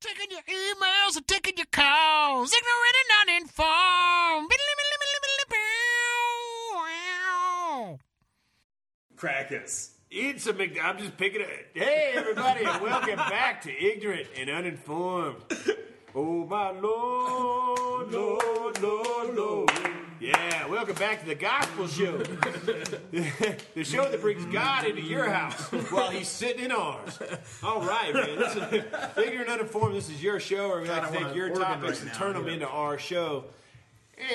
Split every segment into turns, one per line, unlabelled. Taking your emails and taking your calls. Ignorant and uninformed.
Crackers. It's a Mc. I'm just picking it. Hey, everybody, and welcome back to Ignorant and Uninformed. Oh, my Lord, Lord, Lord, Lord. Yeah, welcome back to the Gospel Show. the show that brings God into your house while he's sitting in ours. All right, man. This is Ignorant and Uninformed. This is your show where we like
God, I
to take
want
your
an organ
topics
right
and
now,
turn them
you know.
into our show.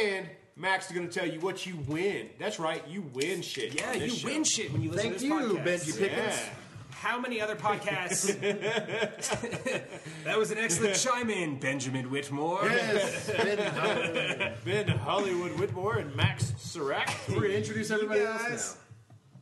And Max is going to tell you what you win. That's right, you win shit.
Yeah,
on
you
this show.
win shit when you listen
Thank
to this
you,
podcast.
Benji Pickens.
Yeah.
How many other podcasts? that was an excellent chime in, Benjamin Whitmore.
Yes, Ben,
Ben Hollywood Whitmore and Max Serac.
we're gonna introduce everybody
guys.
else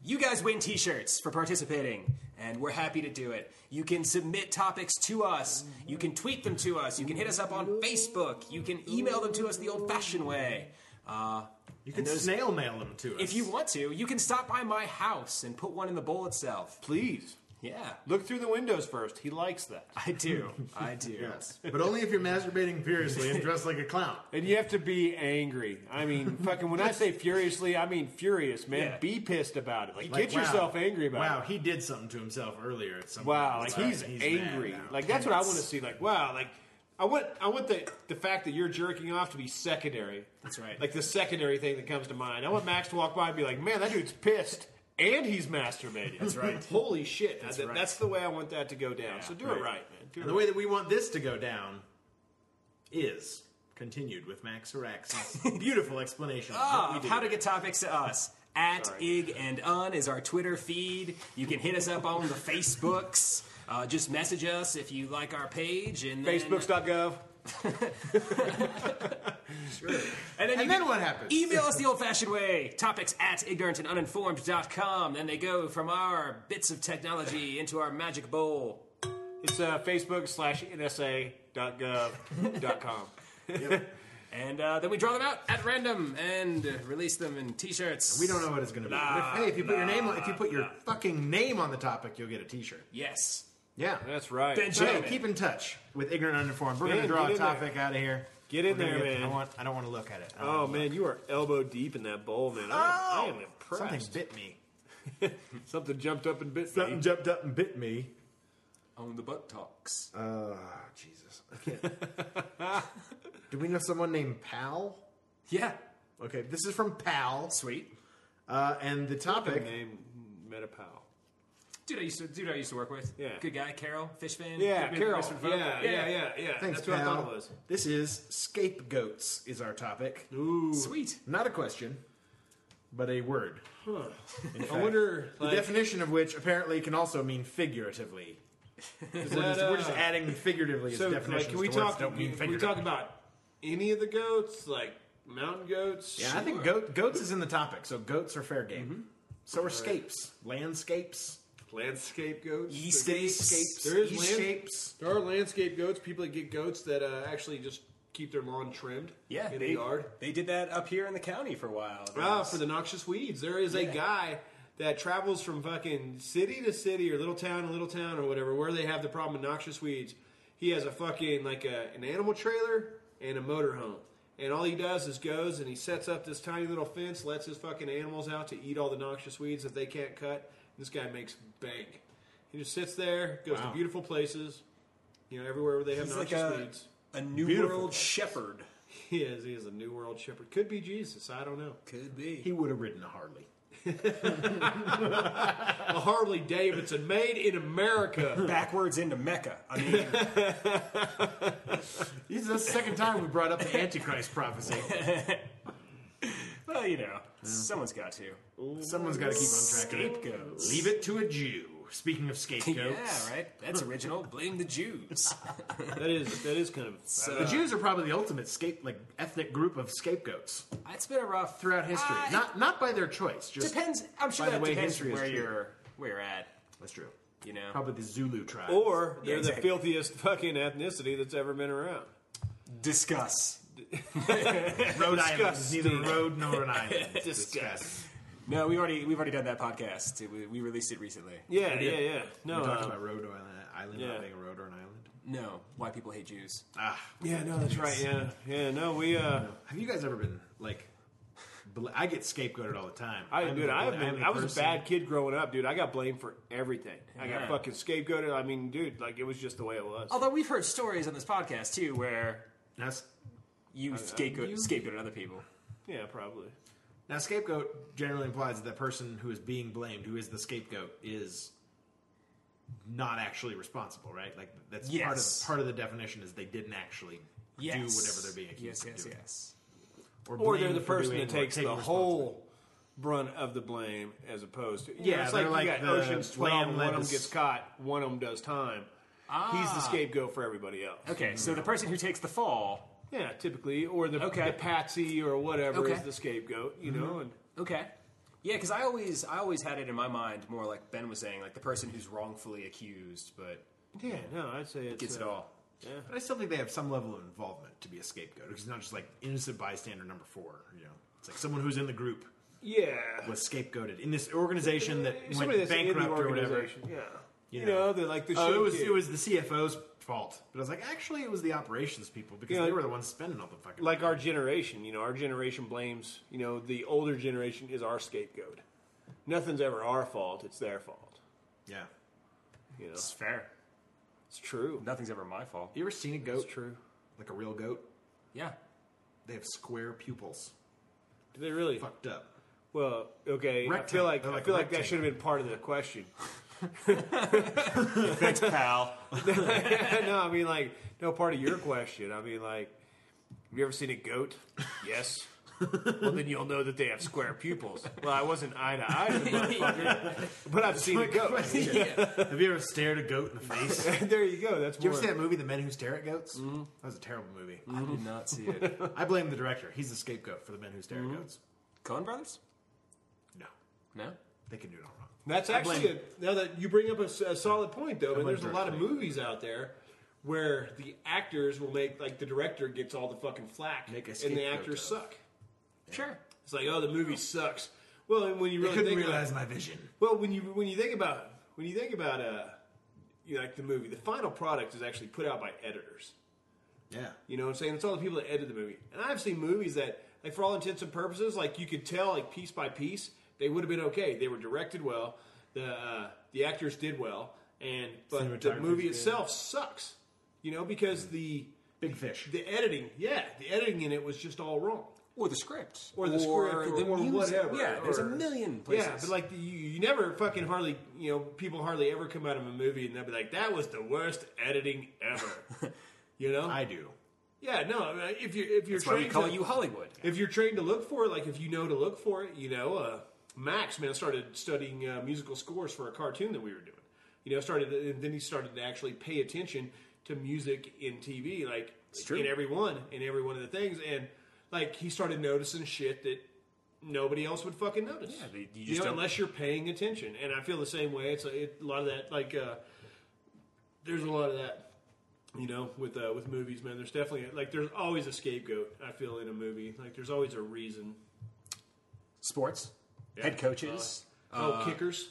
You guys win t shirts for participating, and we're happy to do it. You can submit topics to us, you can tweet them to us, you can hit us up on Facebook, you can email them to us the old fashioned way. Uh,
You can snail mail them to us
if you want to, you can stop by my house and put one in the bowl itself.
Please
Yeah,
look through the windows first. He likes that,
I do. I do.
but only if you're masturbating furiously and dressed like a clown.
and you have to be angry. I mean, fucking. When I say furiously, I mean furious, man.
Yeah.
Be pissed about it. Like,
Like,
get
wow.
yourself angry about
Wow,
it.
he did something to himself earlier at some
Wow, like
point.
he's,
mad
angry.
now.
Like that's what I want to see. Like wow, like. I want, I want the, the fact that you're jerking off to be secondary.
That's right.
Like the secondary thing that comes to mind. I want Max to walk by and be like, man, that dude's pissed and he's masturbating. That's
right.
Holy shit. That's,
right.
that's the way I want that to go down. so do it
right.
right, man. Do it
And the way that we want this to go down is continued with Max Arax's beautiful explanation. of what
Ah,
we do.
how to get topics to us. At
Sorry.
Ig and Un is our Twitter feed. You can hit us up on the Facebooks. Uh, just message us if you like our page. And then,
Facebooks.gov.
And then, you
And then
can
what happens?
E
Email us the old fashioned way. Topics at ignorantanduninformed.com. Then they go from our bits of technology into our magic bowl.
It's uh, Facebook slash NSA.gov.com.
And uh, then we draw them out at random and uh, release them in t shirts.
we don't know what it's going to be. but if, hey, if you put your name on, if you put your fucking name on the topic, you'll get a T-shirt.
Yes.
Yeah.
That's right.
So hey,
Gentlemen.
keep in touch with ignorant uninformed. We're
Ben,
going to draw a
get in there.
topic out of here.
Get in
We're gonna
there, man.
I want. I don't want to look at it. I don't
Oh,
wanna look.
man, you are elbow deep in that bowl, man. I am, I am impressed.
Something
Something,
bit me.
jumped up and bit me.
Something jumped up and bit me.
On the butt talks.
Uh.
Oh, Jesus. I can't. Do we know someone named Pal?
yeah.
Okay, this is from Pal.
Sweet.
Uh, and the topic.
Name Metapow.
Dude I used to dude I used to work with.
Yeah.
Good guy, Carol, fish fan.
Yeah,
Good man,
Carol.
Western folk.
Yeah, yeah, yeah, yeah.
Thanks,
That's
Pal.
what I thought it was.
This is scapegoats, is our topic.
Ooh.
Sweet.
Not a question, but a word.
I wonder,
the
like,
definition of which apparently can also mean figuratively.
is
We're
that,
just, we're just
uh,
adding figuratively
So,
as
like,
definitions
can we
to words
talk?
that don't mean
Can we
figuratively.
talk about any of the goats, like mountain goats?
Yeah, I think goat, goats is in the topic, so goats are fair game. So are scapes, landscapes,
landscape goats.
Eascapes.
scapes,
There is
east
land-
shapes.
There are landscape goats. People that get goats that uh, actually just keep their lawn trimmed.
Yeah.
in
they,
the yard.
They did that up here in the county for a while.
Ah, for the noxious weeds. There is a
Yeah.
guy that travels from fucking city to city or little town to little town or whatever where they have the problem with noxious weeds. He has a fucking like a, an animal trailer and a motorhome. And all he does is goes and he sets up this tiny little fence, lets his fucking animals out to eat all the noxious weeds that they can't cut. This guy makes bank. He just sits there, goes
Wow.
to beautiful places, you know, everywhere where they have
He's like
noxious
a,
weeds.
a new
Beautiful.
world shepherd.
He is. He is a new world shepherd. Could be Jesus. I don't know.
Could be.
He would have ridden a Harley.
a Harley Davidson made in America.
Backwards into Mecca. I mean,
This is the second time we brought up the Antichrist prophecy.
well, you know, someone's got to.
Someone's got to keep on track of it.
Scapegoats.
Leave it to a Jew. Speaking of
Yeah,
scapegoats,
right? That's original. Blame the Jews.
That is that is kind of
So,
the Jews are probably the ultimate scape like ethnic group of scapegoats
it's been a rough.
throughout history.
Ah, it
not not by their choice. Just
Depends. I'm sure
By the
that
way,
depends
history is
where
true.
you're, where you're at,
that's true.
you know?
Probably the Zulu tribe.
or
Yeah,
they're
exactly.
the filthiest fucking ethnicity that's ever been around.
Discuss.
Rhode Island is
Disgusting.
neither a road nor an island.
Disgust.
No, we already we've already done that podcast. It- we, we released it recently.
Yeah, yeah, yeah. No,
we talked
um,
about road or an island
yeah.
not being a road or an island.
No, why people hate Jews.
Ah,
Yeah, no, that's right. Yeah, yeah, no, we uh,
have you guys ever been like? bl- I get scapegoated all the time.
I
I'm
dude,
the-
I've
I'm
been,
the
I was a
person-
bad kid growing up, dude. I got blamed for everything. I got
Yeah.
fucking scapegoated. I mean, dude, like it was just the way it was.
Although we've heard stories on this podcast too, where
That's-
you scapegoat scapegoated other people.
Yeah, probably.
Now, scapegoat generally implies that the person who is being blamed, who is the scapegoat, is not actually responsible, right? Like that's part
Yes.
of part of the definition is they didn't actually
Yes.
do whatever they're being accused
Yes,
of
yes,
doing,
yes.
Or
blamed
they're the
for
person
doing
that
or
takes the
taking
whole brunt of the blame, as opposed to you
Yeah,
know, it's
they're
like, you
like
got
the
Ocean's Twelve.
lamb
and
led
One of them
us-
gets caught. One of them does time. He's the scapegoat for everybody else.
Okay, so the person who takes the fall.
Yeah, typically, or the,
Okay.
the patsy or whatever is
Okay.
the scapegoat. You know, and
Okay. Yeah, because I always, I always had it in my mind more like Ben was saying, like the person who's wrongfully accused, but
yeah, no, I'd say it's
gets it
uh,
all.
But I still think they have some level of involvement to be a scapegoat. It's not just like innocent bystander number four. You know, it's like someone who's in the group
Yeah,
was scapegoated in this organization that
Somebody
went
that's in the
bankrupt or whatever.
organization, Yeah. You,
You
know,
know.
they're like the
Oh,
shit
it was
kid.
it was the CFO's fault. But I was like, actually, it was the operations people because
Yeah.
they were the ones spending all the fucking.
like our generation, you know, our generation blames, you know, the older generation is our scapegoat. Nothing's ever our fault, it's their fault.
yeah.
You know,
It's fair.
it's true.
Nothing's ever my fault.
You ever seen a goat?
It's true.
Like a real goat?
Yeah.
They have square pupils.
Do they really?
Fucked up.
Well, okay. I
Rectangle.
feel like,
They're
I
like
feel like that
rectangle.
should have been part of the question.
Thanks, pal.
no, I mean like no part of your question. I mean like, have you ever seen a goat? Yes. well, then you'll know that they have square pupils. Well, I wasn't eye to eye with the motherfucker, but I've seen a goat.
Have you ever stared a goat in the face? Mm-hmm. Did
there you go. That's
you
more.
ever see that movie, The Men Who Stare at Goats? That was a terrible movie.
I did not see it.
I blame the director. He's the scapegoat for The Men Who Stare at Goats.
Cohen Brothers?
No.
No.
They can do it all wrong.
That's actually a, now that you bring up a, s- a solid point though, and
blame
there's a lot of
directly.
movies out there where the actors will make like the director gets all the fucking flack,
Make a
and the
scapegoat
actors
of.
suck.
Sure.
It's like, oh, the movie sucks. Well, and when you
They
really
couldn't
think about-
realize my vision.
Well, when you when you think about when you think about uh, you know, like the movie, the final product is actually put out by editors.
Yeah.
You know what I'm saying? It's all the people that edit the movie. And I've seen movies that, like for all intents and purposes, like you could tell, like piece by piece, they would have been okay. They were directed well, the uh, the actors did well, and but the
Cinematography's
movie
good.
itself sucks. You know because the
Big fish.
the editing, yeah, the editing in it was just all wrong.
Or the script.
Or the script, or- or whatever,
Yeah, there's a
or-
million places.
Yeah, but like you, you never fucking hardly, you know, people hardly ever come out of a movie and they'll be like, "That was the worst editing ever," you know.
I do.
yeah, no, I mean, if you if you're
That's why we
trained
call
to-
you Hollywood.
if you're trained to look for it, like if you know to look for it, you know, uh, Max man started studying uh, musical scores for a cartoon that we were doing. You know, started and then he started to actually pay attention to music in TV, like
true.
in every one, in every one of the things, and like he started noticing shit that nobody else would fucking notice.
Yeah, they- you
you,
just
know,
don't-
unless you're paying attention. And I feel the same way. It's a, it, a lot of that, like uh, there's a lot of that you know, with uh, with movies, man, there's definitely like there's always a scapegoat. I feel in a movie, like there's always a reason.
Sports, head coaches.
Uh,
oh, kickers.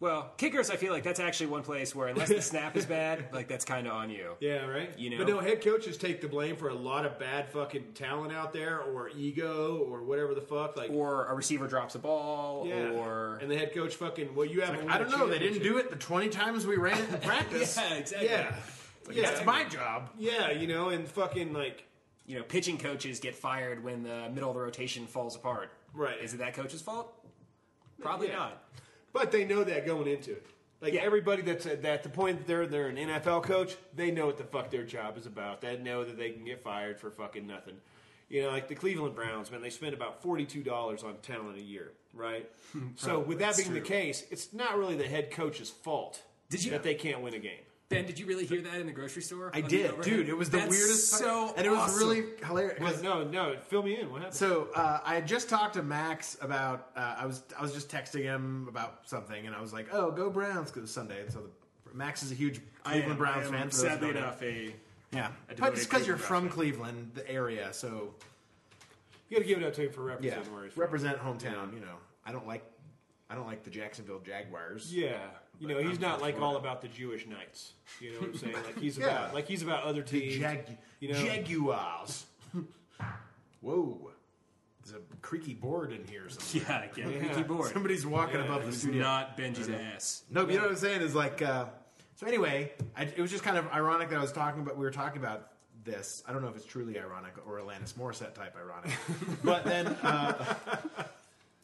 Well, kickers, I feel like that's actually one place where unless the snap is bad, like that's kind of on you.
Yeah, right.
you
but
know-
no, head coaches take the blame for a lot of bad fucking talent out there, or ego, or whatever the fuck. Like,
Or a receiver drops a ball,
yeah,
or
and the head coach fucking. Well, you haven't.
Like, I don't know. They didn't
it.
do it the 20 times we ran it in practice.
yeah, exactly.
Yeah,
That's
yeah,
my job.
yeah. You know, and fucking like
You know, pitching coaches get fired when the middle of the rotation falls apart.
Right.
Is it that coach's fault? Probably
Yeah.
not.
But they know that going into it. Like
Yeah.
everybody that's at that the point that they're they're an NFL coach, they know what the fuck their job is about. They know that they can get fired for fucking nothing. You know, like the Cleveland Browns, man, they spend about forty two dollars on talent a year, right? so with that
That's
being the
true.
case, it's not really the head coach's fault
Did you-
that they can't win a game.
Ben, did you really hear that in the grocery store?
I
On the
did,
overhead?
dude. It was the
That's
weirdest. fuck-
So
and it was
awesome.
really hilarious.
Well, no, no, fill me in. What happened?
So uh, I had just talked to Max about uh, I was I was just texting him about something, and I was like, "Oh, go Browns!" Because Sunday. And so the, Max is a huge
I am-
Cleveland Browns
I am
fan. for those who
Sadly
don't know.
enough, a
yeah.
a
But it's because
devoted
you're
Cleveland
from Cleveland, the area, so
you got to give it up to him for representing
yeah,
where he's from.
represent hometown. You know, I don't like I don't like the Jacksonville Jaguars.
Yeah, you know,
But
he's
I'm
not
from
like
Florida.
all about the Jewish Knights. You know what I'm saying? Like he's
Yeah.
about like he's about other teams.
Jag-
you know,
Jaguars. Whoa. There's a creaky board in here somewhere.
Yeah, I get it. Creaky board.
Somebody's walking above the
It's
studio.
not Benji's ass.
No, but you know what I'm saying is like. Uh, so anyway, I, it was just kind of ironic that I was talking about. We were talking about this. I don't know if it's truly ironic or Alanis Morissette type ironic, but then. Uh,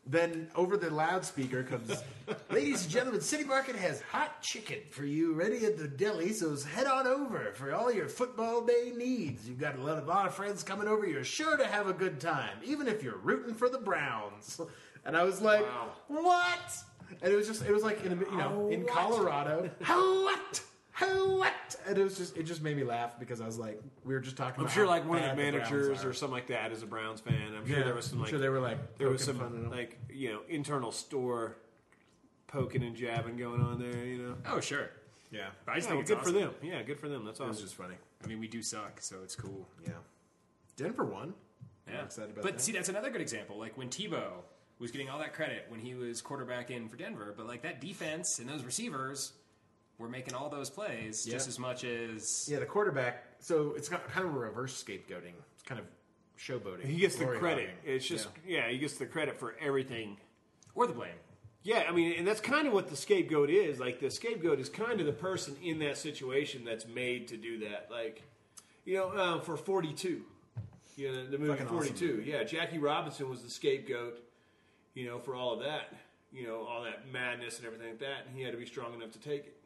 Then over the loudspeaker comes, ladies and gentlemen, City Market has hot chicken for you ready at the deli, so head on over for all your football day needs. You've got a lot of our friends coming over. You're sure to have a good time, even if you're rooting for the Browns. And I was like,
Wow.
what? And it was just, it was like, in a, you know, in Colorado. How what? How what? And it was just, it just made me laugh because I was like, we were just talking
I'm
about
sure
how
like one of the
bad Browns
managers
are.
or something like that is a Browns fan. I'm sure
Yeah,
there was some
I'm
like
sure they were like,
there was
poking fun at
some
them.
like you know internal store poking and jabbing going on there. You know,
Oh, sure.
yeah.
But I
yeah, well,
just think it's
good
awesome.
for them. Yeah, good for them. That's
It was
awesome.
just funny.
I mean, we do suck, so it's cool.
Yeah. Denver won.
Yeah.
I'm excited about
but
that.
see, that's another good example. Like when Tebow was getting all that credit when he was quarterback in for Denver, but like that defense and those receivers were making all those plays just
Yeah.
as much as
Yeah, the quarterback. So it's got kind of a reverse scapegoating. It's kind of showboating.
He gets the
glory
credit.
hogging.
It's just yeah, he gets the credit for everything
or the blame.
Yeah, I mean, and that's kind of what the scapegoat is. Like the scapegoat is kind of the person in that situation that's made to do that. Like, you know, uh, for Forty Two, you know, the movie
Fucking awesome
Forty Two. Yeah, Jackie Robinson was the scapegoat, you know, for all of that, you know, all that madness and everything like that, and he had to be strong enough to take it.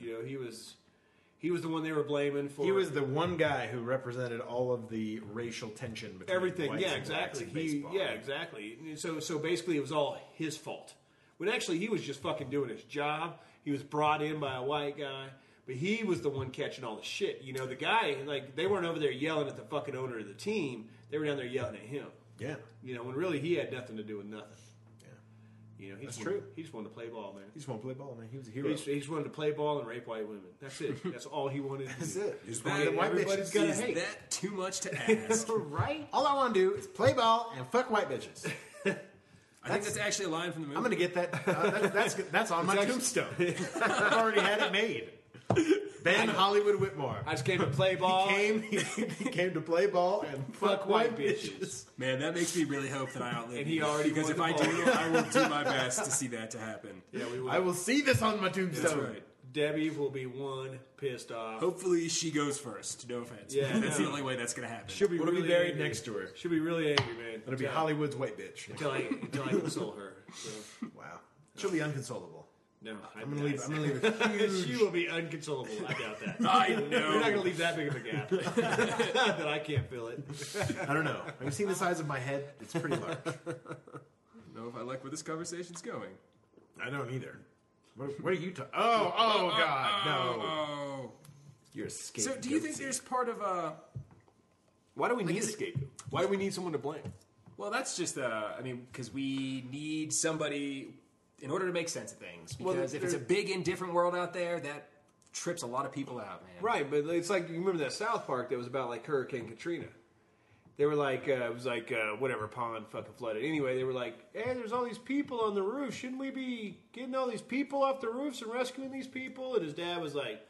You know, he was, he was the one they were blaming for.
He was the one guy who represented all of the racial tension between
everything.
whites
Yeah,
and blacks
exactly.
in
He,
baseball.
yeah, exactly. And So, so basically, it was all his fault. When actually, he was just fucking doing his job. He was brought in by a white guy, but he was the one catching all the shit. You know, the guy like they weren't over there yelling at the fucking owner of the team. They were down there yelling at him.
yeah,
You know, when really he had nothing to do with nothing.
yeah.
You know, he
That's
just wanted-
true.
He just wanted to play ball, man.
He just won't play ball, man. He was a hero.
He just, he just wanted to play ball and rape white women. That's it. That's all he wanted. To
That's
do.
it. He's
That-
everybody's gotta
is
hate.
that too much to ask?
right?
All I want to do is play ball and fuck white bitches.
I think that's actually a line from the movie.
I'm gonna get that. Uh, that's, that's that's on my
actually-
tombstone. I've already had it made. Ben Hollywood Whitmore.
I just came to play ball.
he came. He, came to play ball and fuck, white, bitches.
Man, that makes me really hope that I outlive
And
you,
he already
because
won
if
the
I
ball.
do, I will do my best to see that to happen.
Yeah, we will.
I will see this on my tombstone.
That's right.
Debbie will be one pissed off.
Hopefully, she goes first. No offense.
Yeah,
that's the
no.
only way that's gonna happen.
She'll be
What'll be
really
buried
angry.
next to her?
She'll be really angry, man.
It'll be
Until-
Hollywood's white bitch.
Until I, until I console her. So,
Wow, she'll be inconsolable.
no, I,
I'm gonna leave. I'm gonna leave.
I-
A huge,
she will be unconsolable. I doubt that.
I
You're not gonna
know.
leave that big of a gap that I can't fill it.
I don't know. Have you seen the size of my head? It's pretty large.
know if I like where this conversation's going.
I don't either. What, what are you talking? Oh, oh God, no!
Oh.
You're escaping.
So, do you think there's part of a?
Why do we need
is
a
it-
scapegoat? Why do we need someone to blame?
Well, that's just uh, I mean, because we need somebody in order to make sense of things. Because
Well,
if it's a
there-
big indifferent world out there, that trips a lot of people out, man.
Right, but it's like you remember that South Park that was about like Hurricane Katrina. They were like, uh, it was like uh, whatever pond fucking flooded. Anyway, they were like, hey, there's all these people on the roof. Shouldn't we be getting all these people off the roofs and rescuing these people? And his dad was like,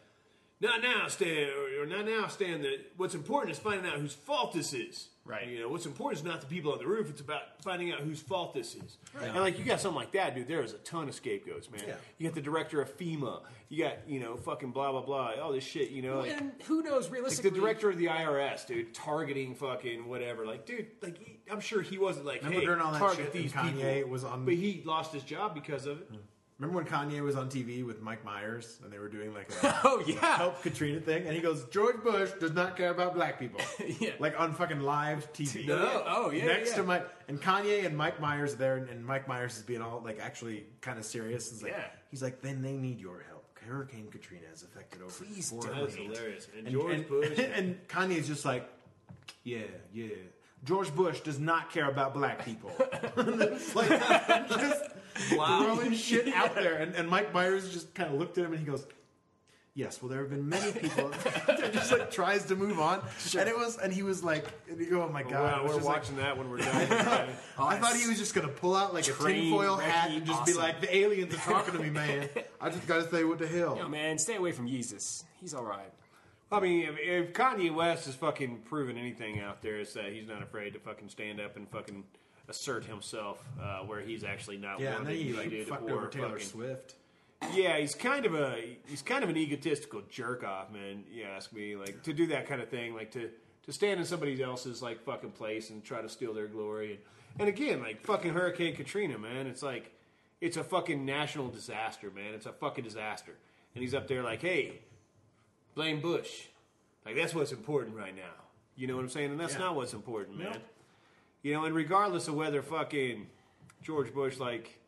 not now, Stan, or, or not now, Stan. That what's important is finding out whose fault this is.
Right.
You know, what's important is not the people on the roof. It's about finding out whose fault this is. And like you got something like that, dude. There is a ton of scapegoats, man.
Yeah.
You got the director of FEMA. You got you know fucking blah blah blah. All this shit. You know,
Well,
like,
And who
like
knows
the
realistically?
director of the IRS, dude, targeting fucking whatever. Like, dude, like he, I'm sure he wasn't like,
Remember
hey,
during all that
target
shit
these
and Kanye
people.
was on-
but he lost his job because of it.
Remember when Kanye was on TV with Mike Myers and they were doing like a
Oh yeah.
help Katrina thing, and he goes, George Bush does not care about black people,
Yeah.
like on fucking live TV.
No. Oh, yeah,
Next
yeah.
to Mike and Kanye and Mike Myers are there, and, and Mike Myers is being all like actually kind of serious. He's like,
Yeah.
he's like, then they need your help. Hurricane Katrina has affected over.
Please
four
donate.
That was
million."
hilarious. And,
And,
George
and,
Bush.
and Kanye's just like, yeah, yeah. George Bush does not care about black people. like, just
Wow.
throwing shit out there. And, and Mike Myers just kind of looked at him and he goes, Yes, well, there have been many people that just like tries to move on, and it was, and he was like, "Oh my god!"
Wow,
it was
we're
just like-
watching that when we're done.
I thought he was just gonna pull out like a
Train
tinfoil
wrecky
hat and just be
awesome.
like, "The aliens are talking to me, man. I just gotta say what the hell."
Yo, man, stay away from Yeezus. He's all right.
I mean, if, if Kanye West is fucking proven anything out there, it's that he's not afraid to fucking stand up and fucking assert himself uh, where he's actually not
yeah, and then
wanted,
he like
needed,
fucked
or
over Taylor
fucking-
Swift.
Yeah, he's kind of a he's kind of an egotistical jerk off, man. You ask me, like to do that kind of thing, like to to stand in somebody else's like fucking place and try to steal their glory. And, and again, like fucking Hurricane Katrina, man. It's like it's a fucking national disaster, man. It's a fucking disaster. And he's up there like, hey, blame Bush. Like that's what's important right now. You know what I'm saying? And that's
Yeah.
not what's important, man. You know, and regardless of whether fucking George Bush like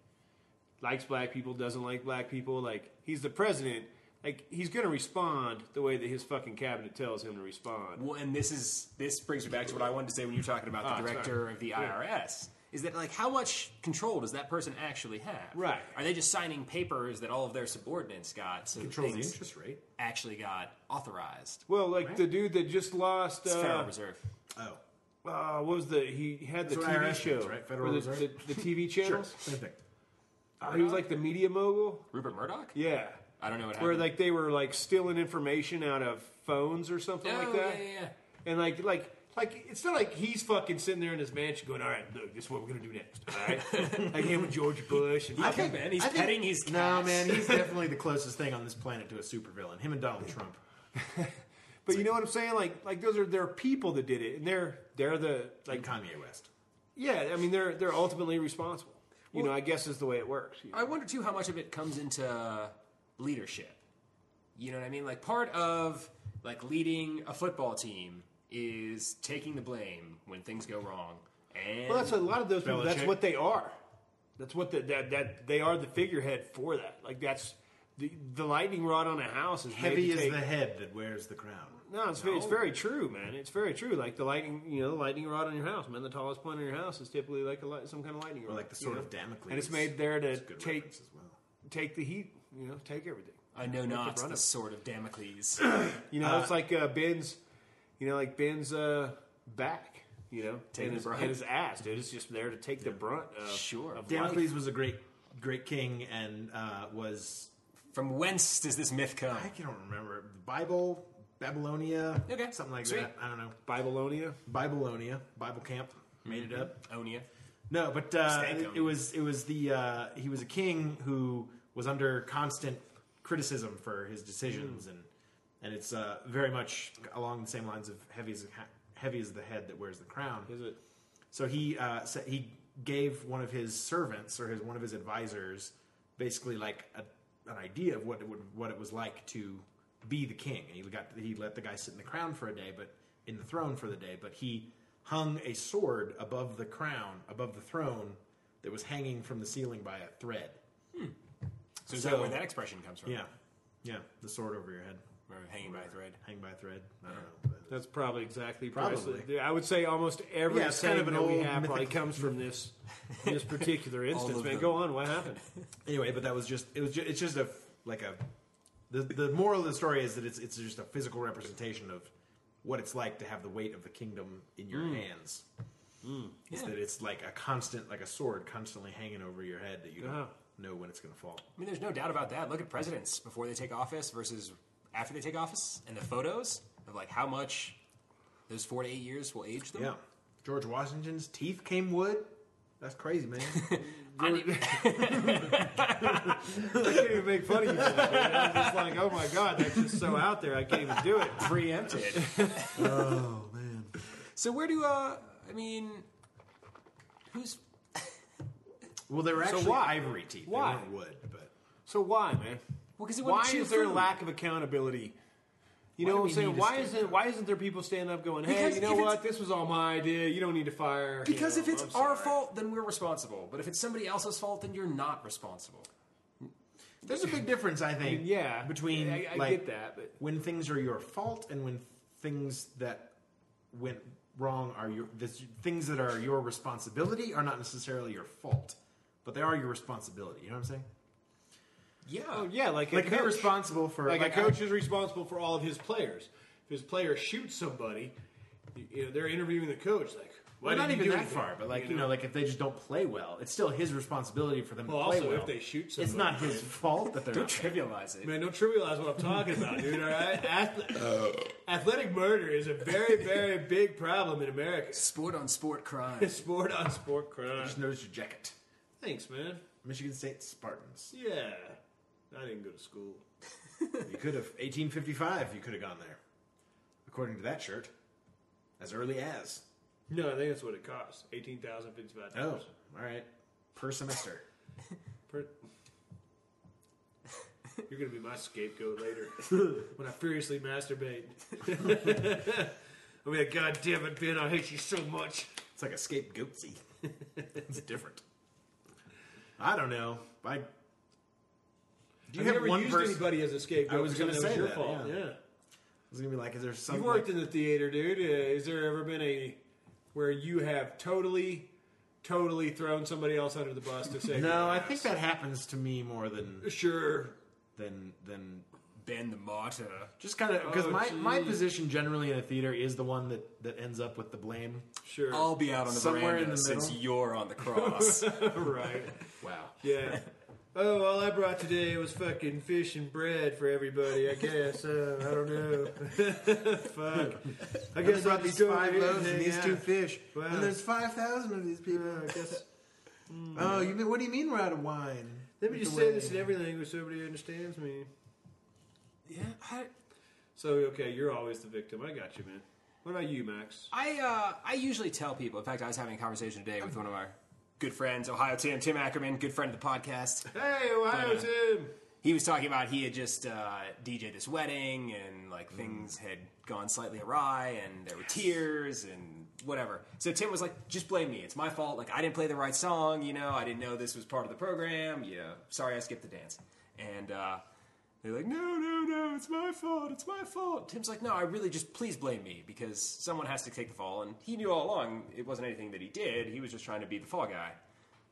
likes black people, doesn't like black people, like he's the president, like he's gonna respond the way that his fucking cabinet tells him to respond.
Well, and this is this brings me back to what I wanted to say when you were talking about
Ah,
the director
sorry.
of the
Yeah.
IRS. Is that like how much control does that person actually have?
Right.
Are they just signing papers that all of their subordinates got so that
Controls the
things
interest rate.
actually got authorized?
Well, like the dude that just lost
It's Federal
uh,
Reserve.
Oh,
uh, what was the he had the
That's what
TV
IRS
show
means, right? Federal
Or the,
Reserve?
the, the TV
sure,
channels.
same thing.
Uh, he was like the media mogul.
Rupert Murdoch?
Yeah,
I don't know what
where
happened.
like they were like stealing information out of phones or something
Oh,
like that.
yeah, yeah, yeah.
And like, like, like, it's not like he's fucking sitting there in his mansion going, "All right, look, this is what we're gonna do next." All right, like him and George Bush. And
I think, man, he's
I think-
petting his
No,
cats.
man, he's definitely the closest thing on this planet to a supervillain. Him and Donald Trump.
but you know what I'm saying? Like, like those are there are people that did it, and they're they're the
Like
like,
Kanye West.
yeah. I mean, they're they're ultimately responsible. You know, I guess is the way it works. you know?
I wonder too how much of it comes into leadership. You know what I mean? Like part of like leading a football team is taking the blame when things go wrong. And
Well, that's a lot of those people. That's
Belichick.
what they are. That's what the, that that they are the figurehead for that. Like that's the the lightning rod on a house is made
Heavy
to
is
take-
the head that wears the crown.
No, it's, it's very true, man. It's very true. Like the lightning, you know, the lightning rod on your house, man. The tallest point on your house is typically like a li- some kind of lightning rod,
Or like the sword
you know?
of Damocles.
And it's made there to
It's a good
take
reference as well.
take the heat, you know, take everything.
I know not
run
the
of-
sword of Damocles.
You know, it's like uh, Ben's, you know, like Ben's uh, back, you know,
Taking
and
the
his,
brunt.
and his ass, dude. It's just there to take the brunt. Of,
Sure.
of life.
Damocles was a great, great king, and uh, was
From whence does this myth come?
I don't remember the Bible, Babylonia,
Okay,
something like
sweet.
that. I don't know.
Babylonia.
Babylonia, Bible camp, made it up.
Onia.
No, but uh,
Stank
it,
'em.
it was it was the uh, he was a king who was under constant criticism for his decisions, and and it's uh, very much along the same lines of heavy is heavy is the head that wears the crown.
Is it?
So he uh, sa he gave one of his servants or his one of his advisors basically like a, an idea of what it would, what it was like to be the king, and he got he let the guy sit in the crown for a day, but in the throne for the day, but he hung a sword above the crown above the throne that was hanging from the ceiling by a thread.
So is
So-
that where that expression comes from?
Yeah, yeah, the sword over your head,
Or hanging by a thread.
hang by a thread. I don't know.
That's probably exactly
Probably.
price. I would say almost every
Yeah, it's
saying
kind of an
that we
old
have probably
mythical-
comes from this this particular instance.
of
Man,
them.
go on. What happened?
anyway, but that was just it was just, it's just a like a the the moral of the story is that it's it's just a physical representation of what it's like to have the weight of the kingdom in your hands. Is that it's like a constant like a sword constantly hanging over your head that you don't
Uh-huh.
know when it's going to fall.
I mean, there's no doubt about that. Look at presidents before they take office versus after they take office, and the photos of like how much those four to eight years will age them.
Yeah, George Washington's teeth came wood. That's crazy, man.
I mean-
I can't even make fun of you. for that, man. I'm just like, oh my god, that's just so out there. I can't even do it.
preempted. oh man. So where do uh I mean who's
well, they were actually
why?
ivory teeth.
Why?
They weren't wood, but
So why, man?
well because it wouldn't
Why
chew
is there a
food.
lack of accountability? You
Why
know what
do we
I'm
need
saying?
to
Why
stand
isn't why isn't there people standing up going, "Hey,
Because
you know
if
what?
it's-
This was all my idea. You don't need to fire."
Because
him.
if it's
I'm
our
sorry."
fault, then we're responsible. But if it's somebody else's fault, then you're not responsible.
there's a big difference, I think.
yeah,
between
I, I
like,
get that, but
when things are your fault and when things that went wrong are your this, things that are your responsibility are not necessarily your fault, but they are your responsibility. You know what I'm saying?
Yeah.
Oh, yeah, like
Like,
a
if you're
coach.
responsible for
like,
like,
a coach is responsible for all of his players. If his player shoots somebody, you- you know, they're interviewing the coach. Like, why
Well, not
didn't
even
you do
that
anything?
far, but like you know, like if they just don't play well, it's still his responsibility for them
Well,
to play
also,
well.
if they shoot
it's
somebody,
not his fault that they're
Don't
not playing.
trivialize it.
Man, don't trivialize what I'm talking about, dude. All right, Athle- athletic murder is a very, very big problem in America.
Sport on sport crime.
Sport on sport crime.
Just notice your jacket.
Thanks, man.
Michigan State Spartans.
Yeah, I didn't go to school.
You could have 1855. You could have gone there, according to that shirt, as early as.
No, I think that's what it costs. Eighteen thousand fifty-five
Oh,
dollars.
all right, per semester.
Per- You're gonna be my scapegoat later when I furiously masturbate. I mean, God damn it, Ben, I hate you so much.
It's like a scapegoatsy. it's different. I don't know. I. Do you
I've
have
never
one
used
person?
anybody as a scapegoat.
I was
for
gonna
something
say
was your
that,
fault.
yeah.
yeah.
It's gonna be like, is there some?
You worked
like-
in the theater, dude. Uh, has there ever been a where you have totally, totally thrown somebody else under the bus to say?
no, I think that happens to me more than
Sure.
than than
Ben the martyr.
just kind of because
Oh,
my, my
gee.
position generally in a theater is the one that that ends up with the blame.
Sure.
I'll be out on the
Somewhere
veranda
in the
since
middle.
you're on the cross.
right.
Wow.
Yeah. Oh, all I brought today was fucking fish and bread for everybody. I guess. Uh, I don't know. Fuck. I guess I'll just go over here hang out.
fish,
Wow. And there's
five thousand of these people.
I guess.
Oh, you mean, what do you mean we're out of wine?
Let me just say this in every language so everybody understands me.
yeah, I,
So okay, you're always the victim. I got you, man. What about you, Max?
I uh, I usually tell people. In fact, I was having a conversation today with one of our good friends, Ohio Tim, Tim Ackerman, good friend of the podcast.
Hey, Ohio
Yeah.
Tim.
He was talking about he had just uh, DJ'd this wedding and
Mm.
like things had gone slightly awry and there were tears and whatever. So Tim was like, "Just blame me. It's my fault. Like I didn't play the right song. You know, I didn't know this was part of the program. Yeah, sorry, I skipped the dance." And uh, they're like, "No, no, no. It's my fault. It's my fault." Tim's like, "No, I really just please blame me because someone has to take the fall." And he knew all along it wasn't anything that he did. He was just trying to be the fall guy.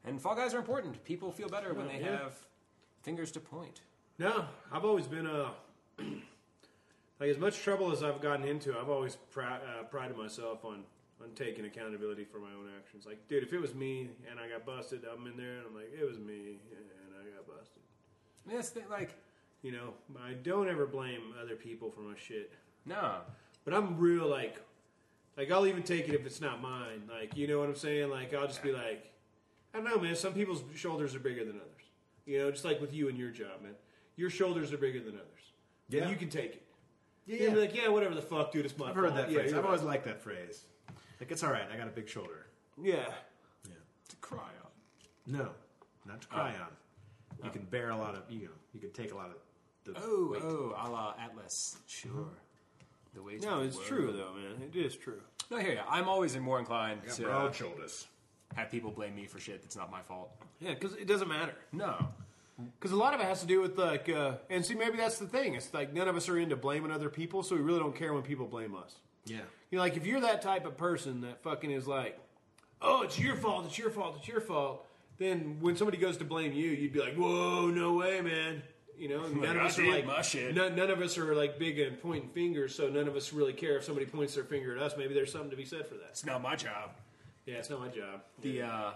And fall guys are important. People feel better when they
yeah.
have fingers to point.
No, I've always been uh, like as much trouble as I've gotten into. I've always pri- uh, prided myself on on taking accountability for my own actions. Like, dude, if it was me and I got busted, I'm in there and I'm like, it was me and I got busted.
I mean, that's the, like,
You know, I don't ever blame other people for my shit.
no.
But I'm real like, like I'll even take it if it's not mine. Like, you know what I'm saying? Like, I'll just be like, I don't know, man. Some people's shoulders are bigger than others. You know, just like with you and your job, man. Your shoulders are bigger than others. Yeah,
Yeah.
you can take it.
Yeah,
You'd be like, yeah, whatever the fuck, dude. It's my
I've heard
fault.
that
yeah,
phrase.
you're
I've
right.
always liked that phrase. Like it's all right. I got a big shoulder.
yeah.
To cry on.
No, not to
Oh.
cry on. You can bear a lot of. You know, you can take a lot of. The
Oh,
weight.
oh, a la Atlas. Sure. Hmm. The way
No, it's true though, man. It is true.
No, here, yeah. I'm always more inclined
I got
to
broad shoulders.
have people blame me for shit that's not my fault.
Yeah, because it doesn't matter.
No.
Because a lot of it has to do with like, uh, and see, maybe that's the thing. It's like none of us are into blaming other people, so we really don't care when people blame us.
Yeah.
You know, like if you're that type of person that fucking is like, oh, it's your fault, it's your fault, it's your fault, then when somebody goes to blame you, you'd be like, whoa, no way, man. You know, and
Like,
none of
I
us are
did
like
my shit.
None, none of us are like big and pointing fingers, so none of us really care if somebody points their finger at us. Maybe there's something to be said for that.
It's not my job.
Yeah, it's not my job.
The, uh,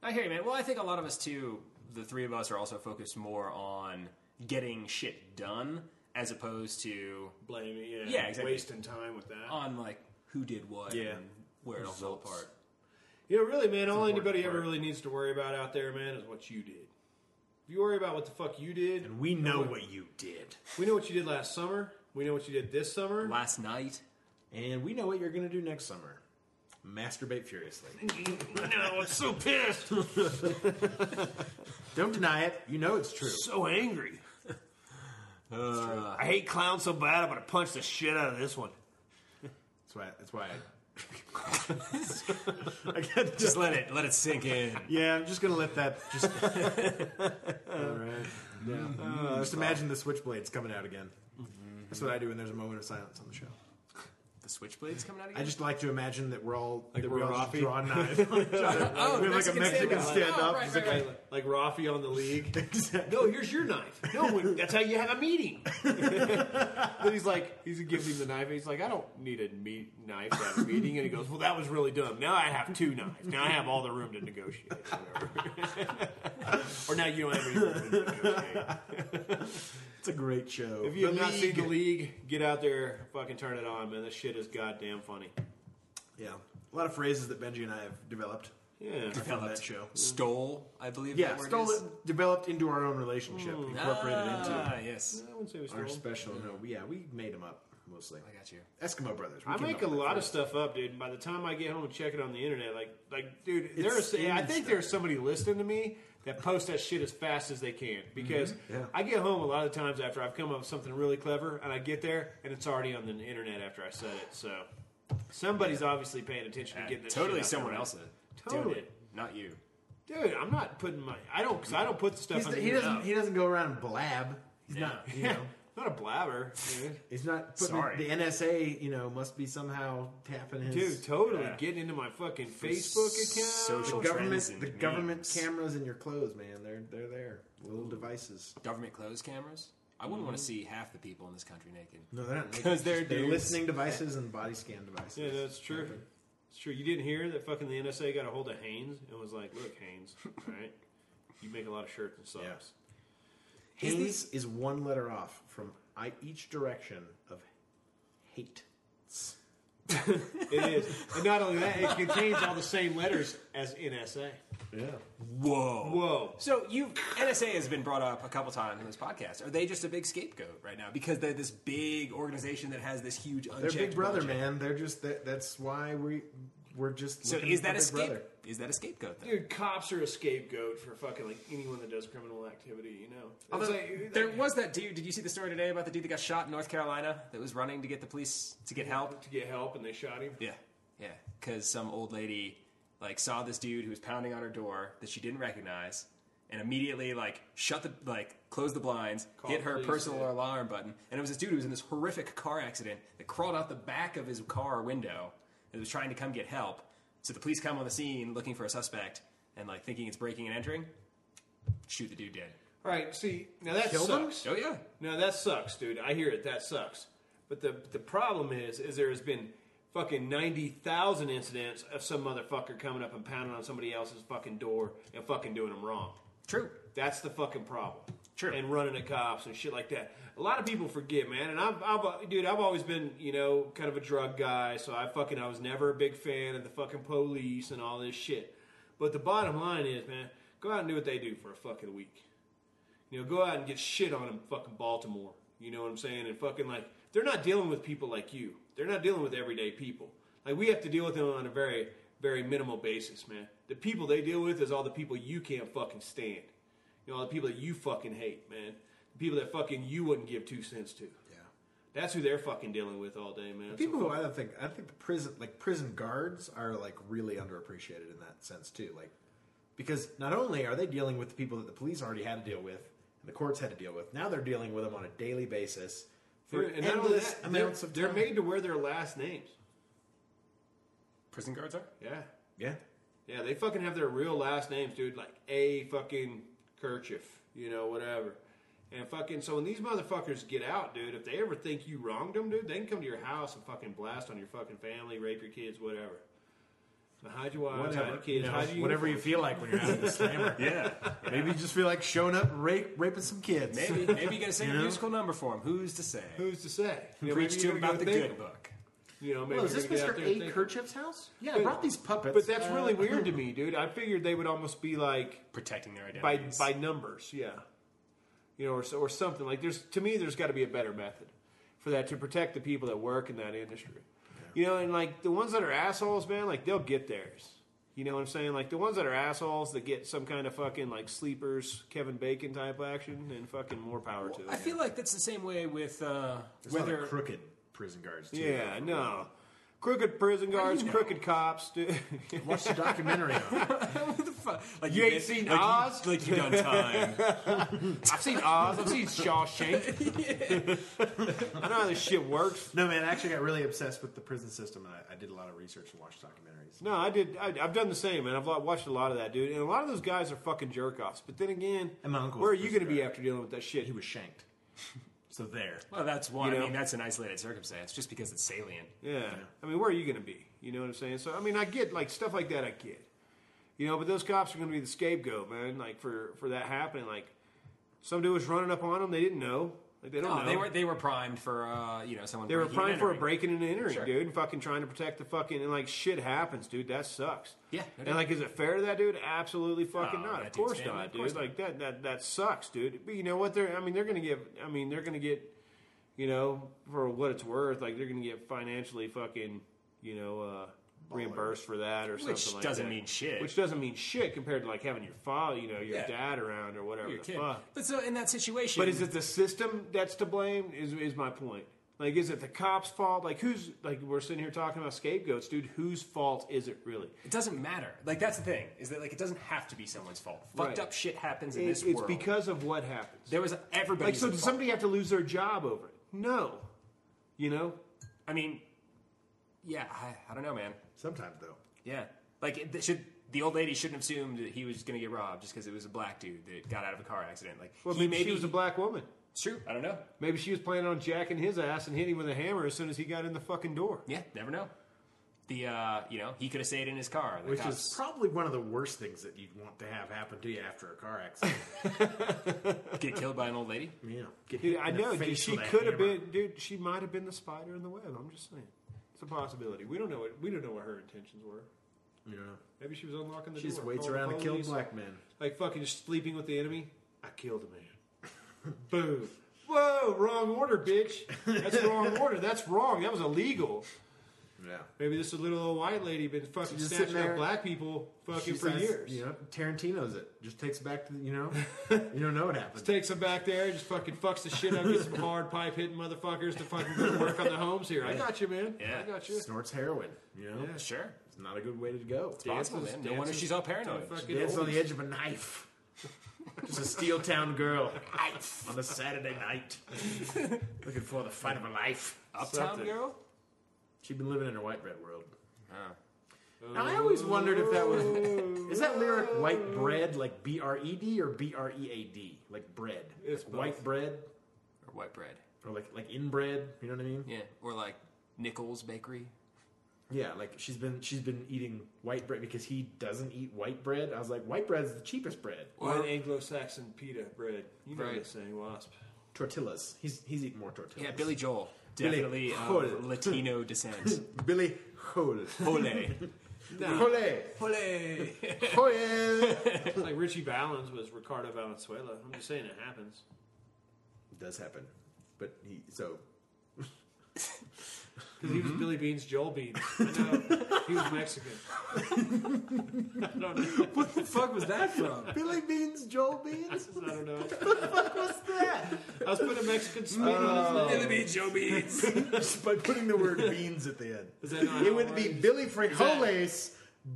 I hear you, man. Well, I think a lot of us, too, the three of us are also focused more on getting shit done as opposed to
Blame me, yeah,
Yeah, exactly. Uh,
wasting time with that.
on, like, who did what
Yeah.
and where it all fell apart.
You know, really, man, all
important
anybody ever
part.
really needs to worry about out there, man, is what you did. If you worry about what the fuck you did,
And we
Oh.
know what you did.
we know what you did last summer. We know what you did this summer.
Last night,
And we know what you're going to do next summer. Masturbate furiously.
no, I'm so pissed,
Don't deny it. You know it's true.
so angry. Uh, I hate clowns so bad. I'm gonna punch the shit out of this one.
That's why. That's why. I, I can't just.
just let it let it sink in.
Yeah, I'm just gonna let that. Just. Mm-hmm. All right. Yeah.
Mm-hmm.
just imagine the switchblades coming out again. That's what I do when there's a moment of silence on the show.
The switchblades coming out again?
I just like to imagine that we're all
Like
that
we're
we all just
Rafi.
draw knives. on each other.
oh,
we have like a
Mexican
Mexican
standoff.
stand
Oh,
up,
right,
just
right, right.
like, like Rafi on the league. No, here's your knife. No, we- that's how you have a meeting.
But he's like, he's giving him the knife. and He's like, I don't need a meat knife to have a meeting. And he goes, Well, that was really dumb. Now I have two knives. Now I have all the room to negotiate. Or, whatever. or now you don't have any room to negotiate.
it's a great show.
If you have
The
not seen the
League.
league, get out there, fucking turn it on, man. This shit is goddamn funny.
yeah, a lot of phrases that Benji and I have developed
Yeah.
from that show.
Stole, I believe.
Yeah,
that word
stole
is.
it, developed into our own relationship,
Hmm.
incorporated into
Ah, yes.
I wouldn't say it was
our
stolen.
special. No, we, yeah, we made them up mostly.
I got you.
Eskimo Brothers. We
I
came
make
up
a
with that
lot of
first.
stuff up, dude. And by the time I get home and check it on the internet, like, like, dude,
It's
there's. I
in
think there's somebody listening to me that posts that shit as fast as they can because
Yeah.
I get home a lot of times after I've come up with something really clever, and I get there and it's already on the internet after I said it. So somebody's obviously paying attention to getting this. shit
Uh, Totally
out
someone
there.
else is
Totally.
doing it, not you.
dude. I'm not putting my. I don't because I don't put the stuff.
He's-
on the
he doesn't.
internet.
He doesn't go around and blab. He's not. You know,
not a blabber, dude.
he's not. Putting
Sorry.
The NSA, you know, must be somehow tapping his.
Dude, totally
Yeah.
getting into my fucking Facebook account.
social-
the
trends
government.
and
The government
memes.
cameras in your clothes, man. They're they're there. Little devices.
Government closed cameras. I wouldn't
Mm-hmm.
want to see half the people in this country naked.
No, they're not.
'Cause they're dudes.
listening devices and body scan devices.
Yeah, that's true. It's true. You didn't hear that fucking the NSA got a hold of Haynes and was like, "Look, Haynes, all right, you make a lot of shirts and socks."
Yeah. Haynes is one letter off from I, each direction of hate.
It is, and not only that, it contains all the same letters as NSA.
Yeah.
Whoa.
Whoa.
So you NSA has been brought up a couple times in this podcast. Are they just a big scapegoat right now because they're this big organization that has this huge
They're
unchecked
Big Brother,
budget?
man. They're just that. That's why we we're just.
So
looking
is
for
that a
Big
scape?
Brother.
Is that a scapegoat? Then?
Dude, cops are a scapegoat for fucking like anyone that does criminal activity. You know, It's
Although
like-
there was that dude. Did you see the story today about the dude that got shot in North Carolina that was running to get the police to get help?
to get help and they shot him.
Yeah, yeah. Because some old lady like saw this dude who was pounding on her door that she didn't recognize, and immediately like shut the like closed the blinds,
Called
hit her
police,
personal
yeah.
alarm button, and it was this dude who was in this horrific car accident that crawled out the back of his car window and was trying to come get help. So the police come on the scene looking for a suspect and like thinking it's breaking and entering, shoot the dude dead.
All right. See, now that
Killed him?
sucks.
Oh yeah.
Now that sucks, dude. I hear it. That sucks. But the the problem is, is there has been fucking ninety thousand incidents of some motherfucker coming up and pounding on somebody else's fucking door and fucking doing them wrong.
True.
That's the fucking problem.
True.
And running to cops and shit like that. A lot of people forget, man. And I've, I've, dude, I've always been, you know, kind of a drug guy. So I fucking, I was never a big fan of the fucking police and all this shit. But the bottom line is, man, go out and do what they do for a fucking week. You know, go out and get shit on in fucking Baltimore. You know what I'm saying? And fucking like, they're not dealing with people like you. They're not dealing with everyday people. Like we have to deal with them on a very, very minimal basis, man. The people they deal with is all the people you can't fucking stand. You know, all the people that you fucking hate, man. The people that fucking you wouldn't give two cents to.
Yeah.
That's who they're fucking dealing with all day, man. So
People who
fuck-
I don't think I think the prison like prison guards are like really underappreciated in that sense too. Like because not only are they dealing with the people that the police already had to deal with and the courts had to deal with, now they're dealing with them on a daily basis for
and not only
endless
that,
amounts
they're,
of time.
they're made to wear their last names.
Prison guards are.
Yeah.
yeah.
Yeah, they fucking have their real last names, dude. Like a fucking kerchief, you know, whatever. And fucking so when these motherfuckers get out, dude, if they ever think you wronged them, dude, they can come to your house and fucking blast on your fucking family, rape your kids, whatever. So hide your wives, hide
Whatever,
your kids,
you know,
hide your
whatever you feel like when you're out of the slammer.
Yeah.
Maybe you just feel like showing up, rape, raping some kids.
maybe maybe you gotta sing
You
a
know?
musical number for him. Who's to say?
Who's to say? You know,
Preach
maybe
to
you're
him
gonna
about the
go
good
think-
book.
You know, maybe
Well, is
you're
this
gonna get out
Mr.
there and
A.
think-
Kerchief's house? Yeah, I
But-
brought these puppets.
But that's
Uh,
really weird to me, dude. I figured they would almost be like
Protecting their
by
identities.
by numbers, yeah. You know, or so- or something like there's to me there's got to be a better method for that to protect the people that work in that industry. You know, and like the ones that are assholes, man, like they'll get theirs. You know what I'm saying? Like the ones that are assholes that get some kind of fucking like sleepers, Kevin Bacon type action, and fucking more power to them.
I feel like that's the same way with uh,
There's a lot of
whether
crooked prison guards. Too,
yeah,
though.
no. Crooked prison guards, crooked cops, dude.
Watch the documentary on it.
Like
You ain't
did-
seen
like you-
Oz?
like you done time.
I've seen Oz. I've seen Oh, Shawshank. I know how this shit works.
No, man, I actually got really obsessed with the prison system, and I, I did a lot of research and watched documentaries.
No, I did. I, I've done the same, man. I've lo- watched a lot of that, dude. And a lot of those guys are fucking jerk offs. But then again,
And my uncle
where are
was
you
prison
going to be
guard.
after dealing with that shit?
He was shanked. So there.
Well, that's one.
You
I
know?
mean, that's an isolated circumstance, just because it's salient.
Yeah. I mean, where are you going to be? You know what I'm saying? So, I mean, I get like stuff like that. I get, you know, but those cops are going to be the scapegoat, man. Like for for that happening, like some dude was running up on them. They didn't know. Like they don't
No,
know.
they were they were primed for uh, you know someone.
They were
breaking and
primed for a
entering.
breaking and entering,
Sure.
dude, and fucking trying to protect the fucking and like shit happens, dude. That sucks.
Yeah, no
and
doubt. Oh,
like, is it fair to that dude? Absolutely fucking
No,
not.
that
Of
dude's
course
family,
not,
of
dude.
course not.
like that, that that sucks, dude. But you know what? They're I mean, they're gonna get. I mean, they're gonna get. You know, for what it's worth, like they're gonna get financially fucking. You know. uh Reimbursed for that or
Which
something like
doesn't
that.
mean shit.
Which doesn't mean shit compared to like having your father, you know, your
Yeah.
dad around or whatever
Your
the
kid.
fuck.
But so in that situation,
But is it the system that's to blame? Is is my point? Like, is it the cops' fault? Like, who's like we're sitting here talking about scapegoats, dude? Whose fault is it really?
it doesn't matter. Like that's the thing is that like it doesn't have to be someone's fault. Fucked
Right.
up shit happens in
It-
this
it's
world.
because of what happens.
there was everybody.
like, so does somebody have to lose their job over it? No, you know.
I mean, yeah, I, I don't know, man.
Sometimes, though.
Yeah, like it, it should the old lady shouldn't assume that he was going to get robbed just because it was a black dude that got out of a car accident. Like
Well,
he
maybe,
maybe
she was a black woman.
it's true. I don't know.
Maybe she was planning on jacking his ass and hitting him with a hammer as soon as he got in the fucking door.
Yeah, never know. The uh, you know he could have stayed in his car. The
Which
cops-
is probably one of the worst things that you'd want to have happen to you after a car accident.
get killed by an old lady.
yeah. Get
Dude,
hit
I
in the
know. Dude,
face
she
with a
could have
hammer.
been. Dude, she might have been the spider in the web. I'm just saying, it's a possibility. We don't know. What, we don't know what her intentions were.
You know,
Maybe she was unlocking the
she
door.
just waits
calling the
around and kills
police.
black men.
Like fucking just sleeping with the enemy. I killed a man. Boom. Whoa, wrong order, bitch. That's wrong order. That's wrong. That was illegal.
Yeah.
Maybe this little old white lady been fucking
Just
snatching
sitting there.
up black people fucking
She
for
says,
years.
You know, Tarantino's it. Just takes it back to the, you know, you don't know what happened.
Takes them back there, just fucking fucks the shit up, gets some hard pipe hitting motherfuckers to fucking go work on the homes here. I got you, man.
Yeah.
I got you.
Snorts heroin. You know,
Yeah.
Sure,
it's not a good way to go.
possible,
Dances-
man. No wonder
dances
she's all
to
paranoid.
fucking
Dance on
old-
the edge of a knife. Just a steel town girl on a Saturday night, looking for the fight of a life.
Uptown
something.
girl.
She'd been living in her white bread world.
Ah.
Now, I always wondered if that was is that lyric white bread like B R E D or B R E A D like bread,
It's
Like white
both.
bread
or white bread.
or like like inbred. You know what I mean?
Yeah, or like Nichols Bakery.
Yeah, like she's been she's been eating white bread because he doesn't eat white bread. I was like, white bread's the cheapest bread.
Or an Anglo-Saxon pita bread. You know
Right.
the saying, wasp.
Tortillas. He's he's eating more tortillas.
Yeah, Billy Joel,
Billy
definitely of
Joel.
Latino descent.
Billy Hole.
Ole,
Hole.
ole.
Hole.
It's like Richie Valens was Ricardo Valenzuela. I'm just saying it happens.
Does happen, but he so
Because he was
Mm-hmm.
Billy Beans, Joel Beans. I know. he was Mexican. I don't know.
what the fuck was that from?
Billy Beans, Joel Beans.
I don't know.
What's that?
I was putting a Mexican spin on his name.
It'll be Joe Beans.
Just by putting the word beans at the end.
Is that not
It
how
would be
works?
Billy Frijoles,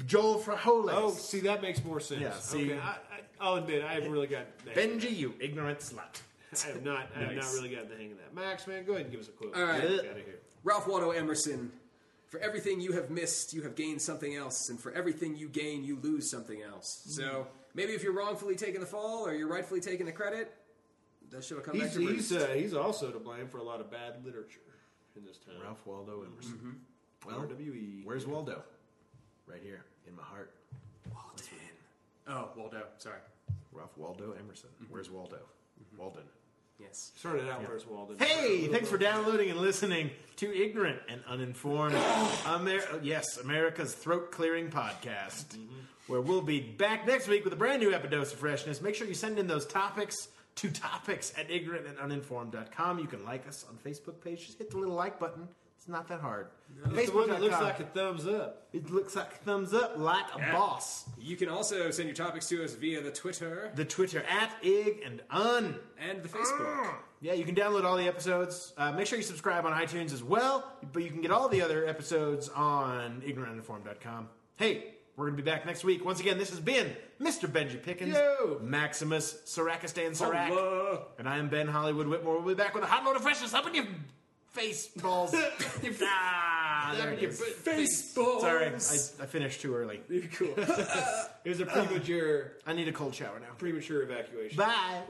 Joel Frijoles.
Oh, see, that makes more sense.
Yeah, see.
Okay, I, I, I'll admit, I haven't really got. The hang.
Benji, you ignorant slut.
I have not. I have not
Nice.
really gotten the hang of that. Max, man, go ahead and give us a clue.
All right.
Get out of here.
Ralph Waldo Emerson. For everything you have missed, you have gained something else, and for everything you gain, you lose something else. So maybe if you're wrongfully taking the fall or you're rightfully taking the credit, that should have come back
He's
to you.
he's, uh, he's also to blame for a lot of bad literature in this town. E.
Ralph Waldo Emerson.
Mm-hmm.
Well,
RWE.
where's Waldo? Right here in my heart.
Oh, Waldo. Sorry.
Ralph Waldo Emerson.
Mm-hmm.
Where's Waldo? Walden.
Yes.
Started out where's Walden.
Hey, thanks for downloading and listening to Ignorant and Uninformed, Amer- oh, yes, America's throat clearing podcast,
Mm-hmm.
where we'll be back next week with a brand new epidose of freshness. Make sure you send in those topics to topics at ignorantanduninformed.com. You can like us on Facebook page. Just hit the little like button. It's It's not that hard.
It's the one that looks
Facebook.com.
like a thumbs up.
it looks like thumbs up, like a boss.
You can also send your topics to us via the Twitter
The Twitter at ig and un.
and the Facebook.
Yeah, you can download all the episodes. Uh, make sure you subscribe on iTunes as well, but you can get all the other episodes on ignorantinformed.com. Hey, we're going to be back next week. Once again, this has been Mr. Benji Pickens,
Yo!
Maximus Sarakistan Sarak,
Hello.
and I am Ben Hollywood Whitmore. We'll be back with a hot load of freshness up in your face balls. ah, there it is.
Facebook.
Sorry, I, I finished too early.
Cool. it was a premature,
I need a cold shower now.
premature evacuation.
Bye.